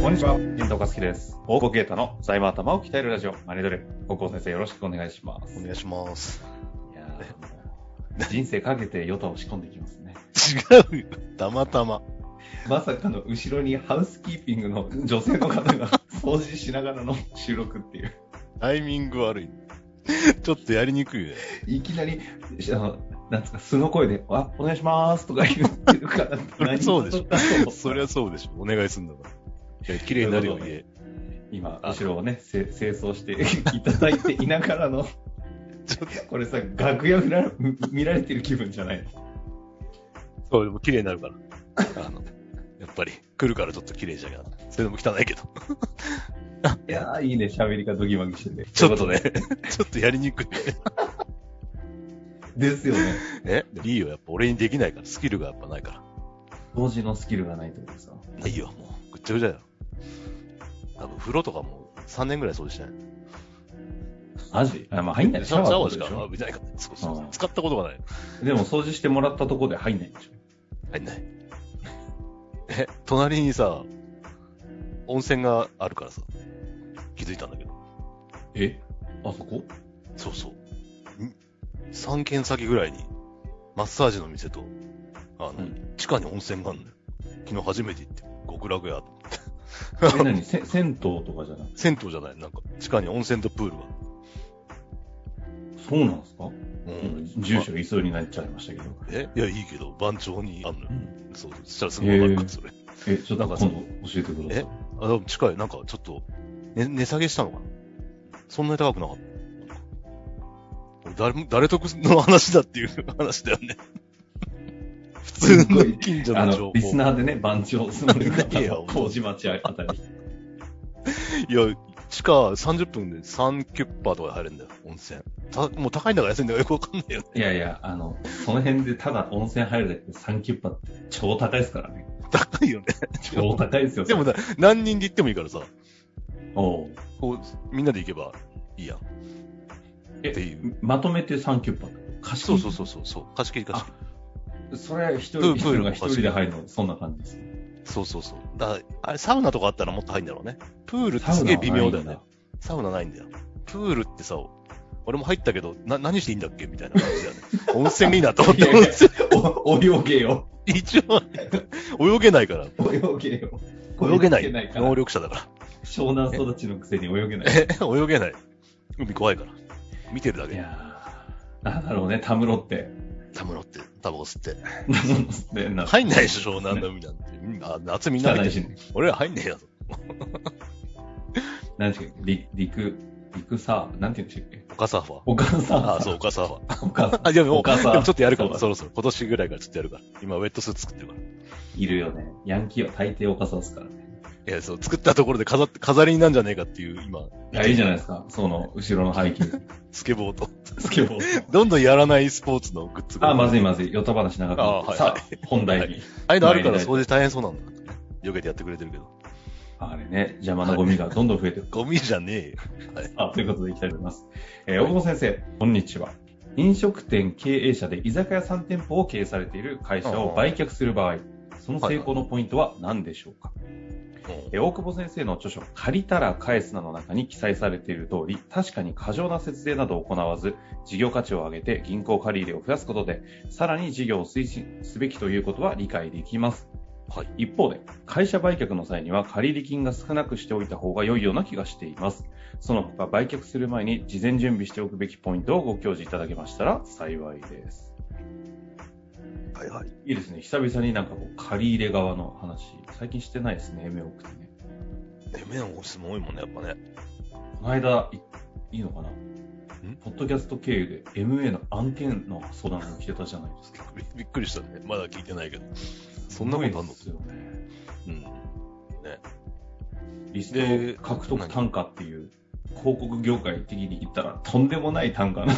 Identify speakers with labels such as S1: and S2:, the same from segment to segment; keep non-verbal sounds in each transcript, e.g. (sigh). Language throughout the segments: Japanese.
S1: こんにちは、遠藤和樹です。大久保啓太の財務頭を鍛えるラジオ、マネドレ。大久保先生、よろしくお願いします。
S2: お
S1: い
S2: 願いします。 (laughs)
S1: やーもう人生かけてヨタを仕込んでいきますね。
S2: 違うよ。たまたま。
S1: (laughs) まさかの後ろにハウスキーピングの女性の方 (laughs) が掃除しながらの収録っていう。
S2: タイミング悪い。ちょっとやりにくいね。
S1: いきなり、あの、なんですか、素の声で、あ、お願いしますとか言ってるから、
S2: そり
S1: (laughs)
S2: ゃそうでしょ
S1: 何事かと思った
S2: そりゃそうでしょ。お願いすんだから。いや、綺麗になるようにね。
S1: 今、後ろをね、せ清掃していただいていながらの、
S2: ちょっ
S1: これさ、楽屋見られ見られてる気分じゃない
S2: と、そう、でも綺麗になるから。あの、やっぱり、来るからちょっと綺麗じゃが。それでも汚いけど。
S1: いやー、いいね、喋りがドギマギしてて。
S2: ちょっとね、ちょっとやりにくい。
S1: ですよね。
S2: えいいよ、やっぱ俺にできないから。スキルがやっぱないか
S1: 同時のスキルがないというかさ。
S2: ら。ないよ、もう。ぐっちゃぐちゃだよ。多分、風呂とかも3年ぐらい掃除してない。
S1: マジあ、まあ入んない
S2: シャワーし
S1: で
S2: か
S1: し
S2: 浴
S1: ょ。。
S2: びてないから。そうそううん使ったことがない。
S1: でも掃除してもらったとこで入んないでしょ。
S2: 入んない。え、隣にさ、温泉があるからさ、気づいたんだけど。
S1: えあそ
S2: (laughs)
S1: こ
S2: そうそう。3軒先ぐらいに、マッサージの店と、あの、
S1: うん
S2: 地下に温泉があるんだよ。昨日初めて行って、極楽屋と思って。
S1: え、何せ銭湯とかじゃなくて。
S2: (laughs) 銭湯じゃない、なんか、地下に温泉とプールが。
S1: そうなんですか、
S2: う
S1: 住所言いそうになっちゃいましたけど。
S2: えいや、いいけど、番長にあんのよ。
S1: うん
S2: そう、そしたらすぐわかるから、それ。
S1: え、ちょっと
S2: なんか
S1: 今
S2: そ
S1: 度
S2: の
S1: 教えてください。
S2: あ、でも近い。なんか、ちょっと、ね、値下げしたのかなそんなに高くなかった。誰も、誰得の話だっていう (laughs) 話だ
S1: (laughs)
S2: よね。普通
S1: ご
S2: の
S1: い
S2: 近所
S1: あ
S2: の情
S1: の、
S2: 報。
S1: リス
S2: い
S1: ナーでね、番長住まれる方
S2: (laughs) いや
S1: の麹町あたり。
S2: や、地下30分で3キュッパーとかで入れるんだよ、温泉。た、もう高いんだか安いんだかよくわかんないよね。 (laughs)
S1: いやいや、あの、その辺でただ温泉入るだけでサンキュッパって超高いですから
S2: (laughs)
S1: ね。
S2: 高いよね。
S1: 超高いですよ。
S2: でも
S1: だ。
S2: な、何人で行ってもいいからさ、
S1: おう
S2: こう、みんなで行けばいいやん。
S1: え
S2: っていう。
S1: まとめてサンキュッパ。貸し
S2: そうそう
S1: う
S2: そうそうそう。貸し切り貸し切り
S1: それ一
S2: プ
S1: 人、
S2: ール
S1: 一
S2: プール
S1: 人が一人で入るの、そんな感じです。
S2: そうそうそう。だから、あれ、サウナとかあったらもっと入るんだろうね。プールってすげえ微妙だよね。サウナないんだよ。プールってさ、俺も入ったけど、な、何していいんだっけみたいな感じだよね。 (laughs) 温泉いいなと思っ
S1: いやい
S2: て、
S1: や
S2: 温泉
S1: お、泳げよ。
S2: 一応、泳げないから。
S1: 泳げよ。
S2: 泳げない。
S1: から
S2: 能力者だか
S1: 湘南育ちのくせに泳げない。
S2: ら。 (laughs) え、泳げない。海怖いから。見てるだ
S1: い
S2: け。
S1: やー、なんだろうね、たむろって。
S2: たむろって、タバコ吸って。
S1: ねな
S2: 入んないでしょ、湘南の海なんて。うんあ、夏みんな
S1: 汚
S2: 入
S1: い
S2: って
S1: し
S2: る。
S1: ね。
S2: 俺ら入んねえよ。
S1: 何でしたっけり陸、陸サー、なんて言うんでしたっけ
S2: 岡サーファー。
S1: お母さん。
S2: あ、そう、岡サーファー。
S1: お母さん。
S2: あ、でも、
S1: お母さん
S2: でもちょっとやるか
S1: そう
S2: ら、
S1: だ
S2: そろそろ。今年ぐらいからちょっとやるから。今、ウェットスーツ作ってるから。
S1: いるよね。ヤンキーは大抵お母さんですからね。
S2: いや、そう、作ったところで飾って、飾りになんじゃねえかっていう、今、
S1: いや、いいじゃないですか。その、後ろの背景。
S2: スケボーと。 (laughs)
S1: スケボー。
S2: どんどんやらないスポーツのグッズが。
S1: あ、まずい
S2: あ
S1: まずい。ヨタ話長くな
S2: あは
S1: っ
S2: い
S1: て。さあ、本題に。
S2: あいうのあるから
S1: 前に
S2: 掃除大変そうなんだ。避けてやってくれてるけど。
S1: あれね、邪魔なゴミがどんどん増えてる。
S2: ゴミじゃねえよ。
S1: あ、ということでいきたいと思います。えー大久保先生、こんにちは。飲食店経営者で居酒屋3店舗を経営されている会社を売却する場合、その成功のポイントは何でしょうか、えー大久保先生の著書、借りたら返すなの中に記載されている通り、確かに過剰な節税などを行わず、事業価値を上げて銀行借り入れを増やすことで、さらに事業を推進すべきということは理解できます。
S2: はい。
S1: 一方で、会社売却の際には借入金が少なくしておいた方が良いような気がしています。その他、売却する前に事前準備しておくべきポイントをご教示いただけましたら幸いです。
S2: はいはい。
S1: いいですね。久々になんかこう、借り入れ側の話、最近してないですね、目を送ってね。
S2: 夢の質問多いもんね、やっぱね。
S1: この間、いいいのかなポッドキャスト経由で MA の案件の相談が来てたじゃないですか。
S2: びびっくりしたね。まだ聞いてないけど。そんなことあんの
S1: すごいですよね。
S2: うん。
S1: リス
S2: で
S1: ト獲得単価っていう、広告業界的に言ったらとんでもない単価
S2: (laughs)
S1: の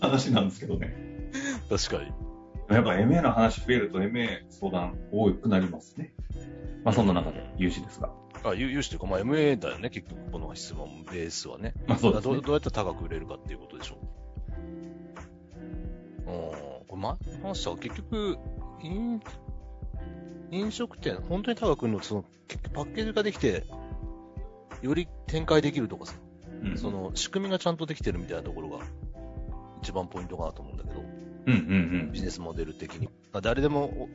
S1: 話なんですけどね。
S2: 確かに。
S1: やっぱ MA の話増えると MA 相談多くなりますね。まあそんな中で融資ですが。
S2: あ、ゆ有志というか、まあ MA だよね、結局、この質問、ベースはね。
S1: まあそうです
S2: ど
S1: ね
S2: う。どうやって高く売れるかっていうことでしょう。うん。これ前に話した結局、飲飲食店、本当に高君のその結局パッケージができて、より展開できるとかさ、
S1: うん
S2: その仕組みがちゃんとできてるみたいなところが、一番ポイントかなと思うんだけど、
S1: うんうん
S2: ビジネスモデル的に。あ誰でもおう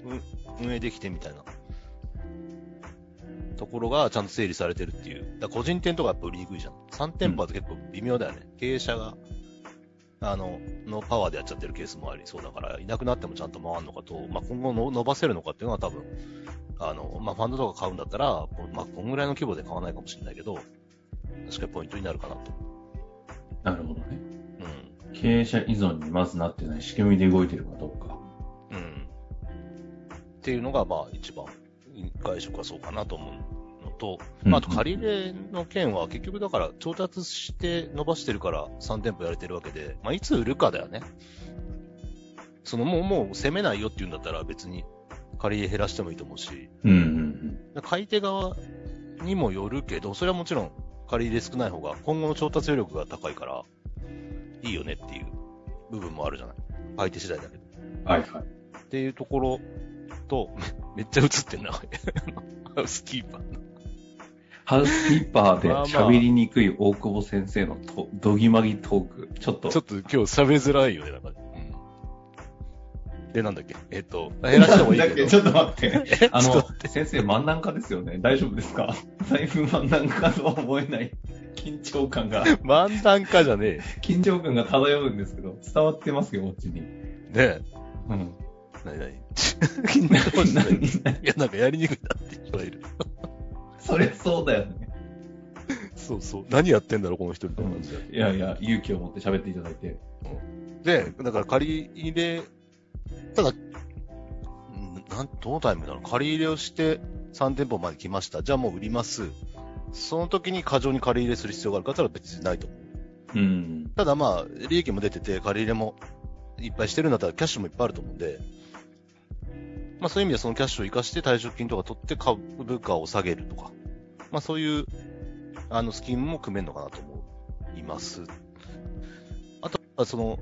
S2: 運営できてみたいなところがちゃんと整理されてるっていう。だから個人店とかやっぱ売りにくいじゃん。3店舗だと結構微妙だよね。経営者が、あの、のパワーでやっちゃってるケースもありそうだから、いなくなってもちゃんと回るのかと、まあ、今後の伸ばせるのかっていうのは多分、あの、まあ、ファンドとか買うんだったら、こうまあ、こんぐらいの規模で買わないかもしれないけど、確かにポイントになるかなと。
S1: うん。なるほどね。
S2: う
S1: 経営者依存にまずなってない仕組みで動いてるかどうか。
S2: ん。うん。っていうのが、まあ、一番、外食はそうかなと思うのと、まあ、あと借り入れの件は結局だから調達して伸ばしてるから3店舗やれてるわけで、まあ、いつ売るかだよね。そのもう、もう攻めないよって言うんだったら別に借り入れ減らしてもいいと思うし、
S1: うんうん
S2: 買い手側にもよるけど、それはもちろん借り入れ少ない方が今後の調達余力が高いからいいよねっていう部分もあるじゃない。相手次第だけど。
S1: うん。はいはい。
S2: っていうところと、 (laughs) めめっちゃ映ってんな、これ (laughs) ハウスキーパー。
S1: ハウスキーパーで
S2: まあまあ
S1: 喋りにくい大久保先生のとどぎまぎトーク。ちょっと
S2: ちょっと今日喋りづらいよね、なんかね。うん、 (laughs) で、なんだっけえっと、減らしてもい
S1: (laughs)
S2: い
S1: だっ
S2: けど。
S1: ちょっと待
S2: (laughs)
S1: って。あ
S2: ちょっと
S1: の、先生、漫談家ですよね。大丈夫ですかだいぶ漫談家とは思えない緊張感
S2: (laughs)
S1: が、
S2: 漫談家じゃね
S1: 緊張感が漂うんですけど、伝わってますよ、こっちに。
S2: えよ。ね
S1: うん。
S2: え。なに (laughs) なに緊張し (laughs) ない。いや、なんかやりにくいなって人がいる。
S1: (laughs) そりゃそうだよね。
S2: そうそう。何やってんだろう、この人みたいな感じで。
S1: いやいや、勇気を持って喋っていただいて。
S2: で、だから借り入れ、ただ、うんなん、どのタイミングなの借り入れをして3店舗まで来ました。じゃあもう売ります。その時に過剰に借り入れする必要があるかって言ったら別にないと思う
S1: うん。
S2: ただまあ、利益も出てて、借り入れもいっぱいしてるんだったら、キャッシュもいっぱいあると思うんで、まあそういう意味ではそのキャッシュを生かして退職金とか取って株価を下げるとか、まあそういう、あの、スキームも組めるのかなと思います。あとはその、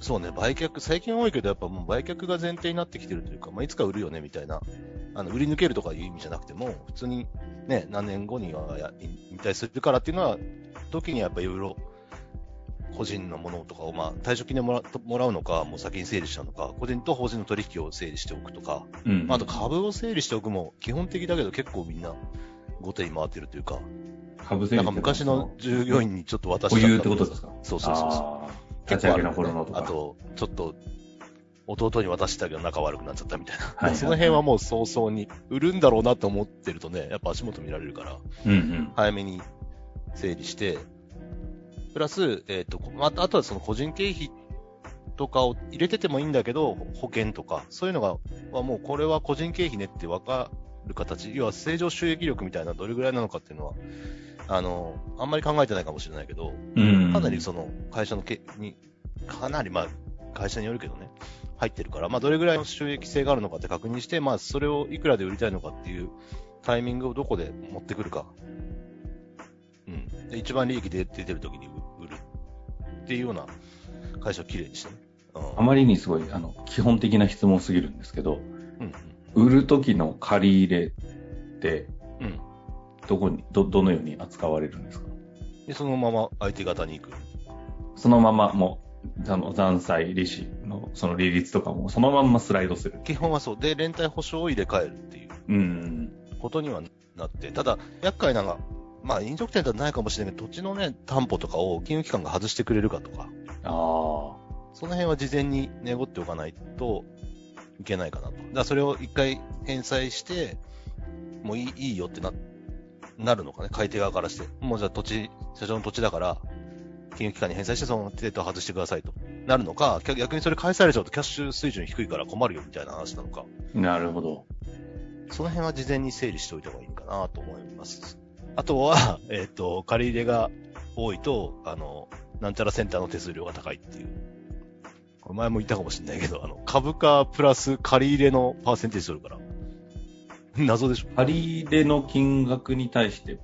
S2: そうね、売却、最近多いけど、やっぱもう売却が前提になってきてるというか、まあいつか売るよねみたいな、あの、売り抜けるとかいう意味じゃなくても、普通にね、何年後にはや引退するからっていうのは、時にはやっぱいろいろ個人のものとかを、まあ、退職金でもらもらうのか、もう先に整理しちゃうのか、個人と法人の取引を整理しておくとか、
S1: うん。
S2: まあ、あと株を整理しておくも、基本的だけど結構みんな、後手に回ってるというか、
S1: 株整理
S2: なんか昔の従業員にちょっと渡した
S1: 保
S2: んだ
S1: 有ってことですか
S2: そうそうそうそう。
S1: あー立ち上げの頃のと
S2: あ
S1: か。
S2: と、ちょっと、弟に渡したけど仲悪くなっちゃったみたいな。
S1: はいはい
S2: その辺はもう早々に、売るんだろうなと思ってるとね、やっぱ足元見られるから。
S1: うんうん。
S2: 早めに整理して、プラス、えっ、と、こあとあとはその個人経費とかを入れててもいいんだけど、保険とか、そういうのが、はもうこれは個人経費ねってわかる形、要は正常収益力みたいなどれぐらいなのかっていうのは、あの、あんまり考えてないかもしれないけど、
S1: うん。
S2: かなりその会社のけに、かなりまあ、会社によるけどね、入ってるから、まあ、どれぐらいの収益性があるのかって確認して、まあ、それをいくらで売りたいのかっていうタイミングをどこで持ってくるか。うん。で、一番利益で出てる時に売るっていうような会社をきれいにしてね。うん。
S1: あまりにすごい、あの、基本的な質問すぎるんですけど、
S2: うん
S1: 売る時の借り入れって、
S2: うん。うん。
S1: どこに、ど、どのように扱われるんですか
S2: で、そのまま相手方に行く。
S1: そのまま、もう、あの、残債、利子の、その利率とかも、そのまんまスライドする。
S2: 基本はそう。で、連帯保証を入れ替えるっていう。
S1: うん。
S2: ことにはなって、ただ、厄介なのが、まあ、飲食店ではないかもしれないけど、土地のね、担保とかを金融機関が外してくれるかとか、
S1: ああ。
S2: その辺は事前に寝ごっておかないといけないかなと。だからそれを一回返済して、もういいいいよってな、なるのかね、買い手側からして。もうじゃあ土地、社長の土地だから、金融機関に返済してそのテータを外してくださいと。なるのか、逆逆にそれ返されちゃうとキャッシュ水準低いから困るよみたいな話なのか。
S1: なるほど。
S2: その辺は事前に整理しておいた方がいいかなと思います。あとは、 (laughs) えっ、と、借り入れが多いと、あの、なんちゃらセンターの手数料が高いっていう。これ前も言ったかもしれないけど、あの、株価プラス借り入れのパーセンテージ取るから。 (laughs) 謎でしょ
S1: 借り入れの金額に対して、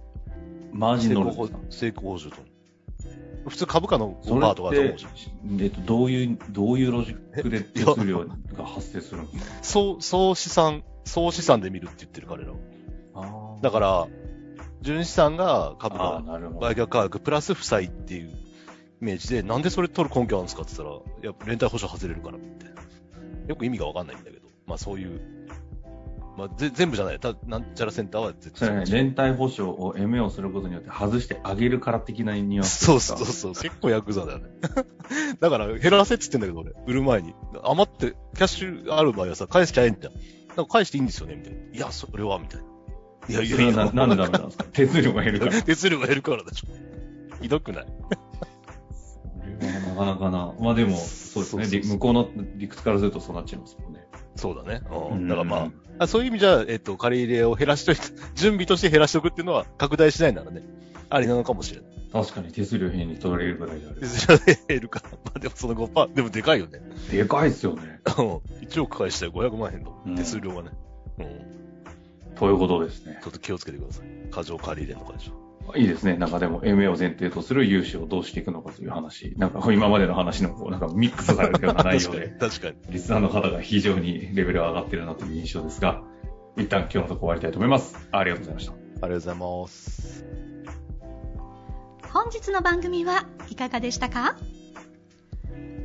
S1: マージン乗るんですか
S2: 成功報酬と。普通株価の
S1: そ
S2: 5%
S1: れっ
S2: とかだと思うじ
S1: て
S2: ゃん。、
S1: えっと、どういう、どういうロジックで手数料が発生するの
S2: そう、そう資産総資産で見るって言ってる彼らは。
S1: あ
S2: だから、純資産が株
S1: ああ、
S2: の
S1: なるほど。
S2: 売却価格プラス負債っていうイメージで、なんでそれ取る根拠あるんですかって言ったら、やっぱ連帯保証外れるからみたいな。よく意味がわかんないんだけど、まあそういう、まあぜ全部じゃない、たなんちゃらセンターは絶
S1: それはね、連帯保証を MA をすることによって外してあげるから的なニュアンス
S2: そうそうそう、結構ヤクザだよね。 (laughs) だから減らせって言ってんだけど俺、売る前に。余って、キャッシュある場合はさ、返しちゃえんじゃん。なんか返していいんですよねみたいな。いや、それは、みたいな。いやい
S1: そ
S2: や
S1: れ
S2: い
S1: は
S2: や、
S1: ななんでダメなん
S2: (laughs)
S1: ですか手数料が減るから。
S2: 手数料が減るからでしょ。ひどくない
S1: なかなかな。まあでも、そうですね。
S2: そうそうそう
S1: り向こうの理屈からするとそうなっちゃいますもんね。
S2: そうだね。
S1: う
S2: うんん。だからまあ、あそういう意味じゃ、えっ、と、借り入れを減らしといて、 (laughs) 準備として減らしておくっていうのは、拡大しないならね、ありなのかもしれない。
S1: 確かに手数料変に取られるぐらいであ
S2: 手
S1: る。
S2: 数料で減るから。 (laughs) まあでもその5%、でもでかいよね。 (laughs)
S1: でかいっすよね。
S2: うん。1億返したら500万円の
S1: うん
S2: 手数料がね。うん。
S1: ということですね
S2: ち。ょっと気をつけてください。過剰借り入れの会社。。
S1: いいですね。なんかでも MA を前提とする融資をどうしていくのかという話。なんか今までの話のこう、なんかミックスされたような内容で
S2: (laughs) 確かに。
S1: リスナーの方が非常にレベルが上がってるなという印象ですが、一旦今日のところ終わりたいと思います。ありがとうございました。
S2: ありがとうございます。
S3: 本日の番組はいかがでしたか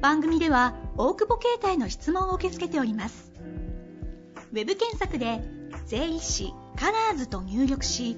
S3: 番組では大久保携帯の質問を受け付けておりますウェブ検索で「税理士カラーズと入力し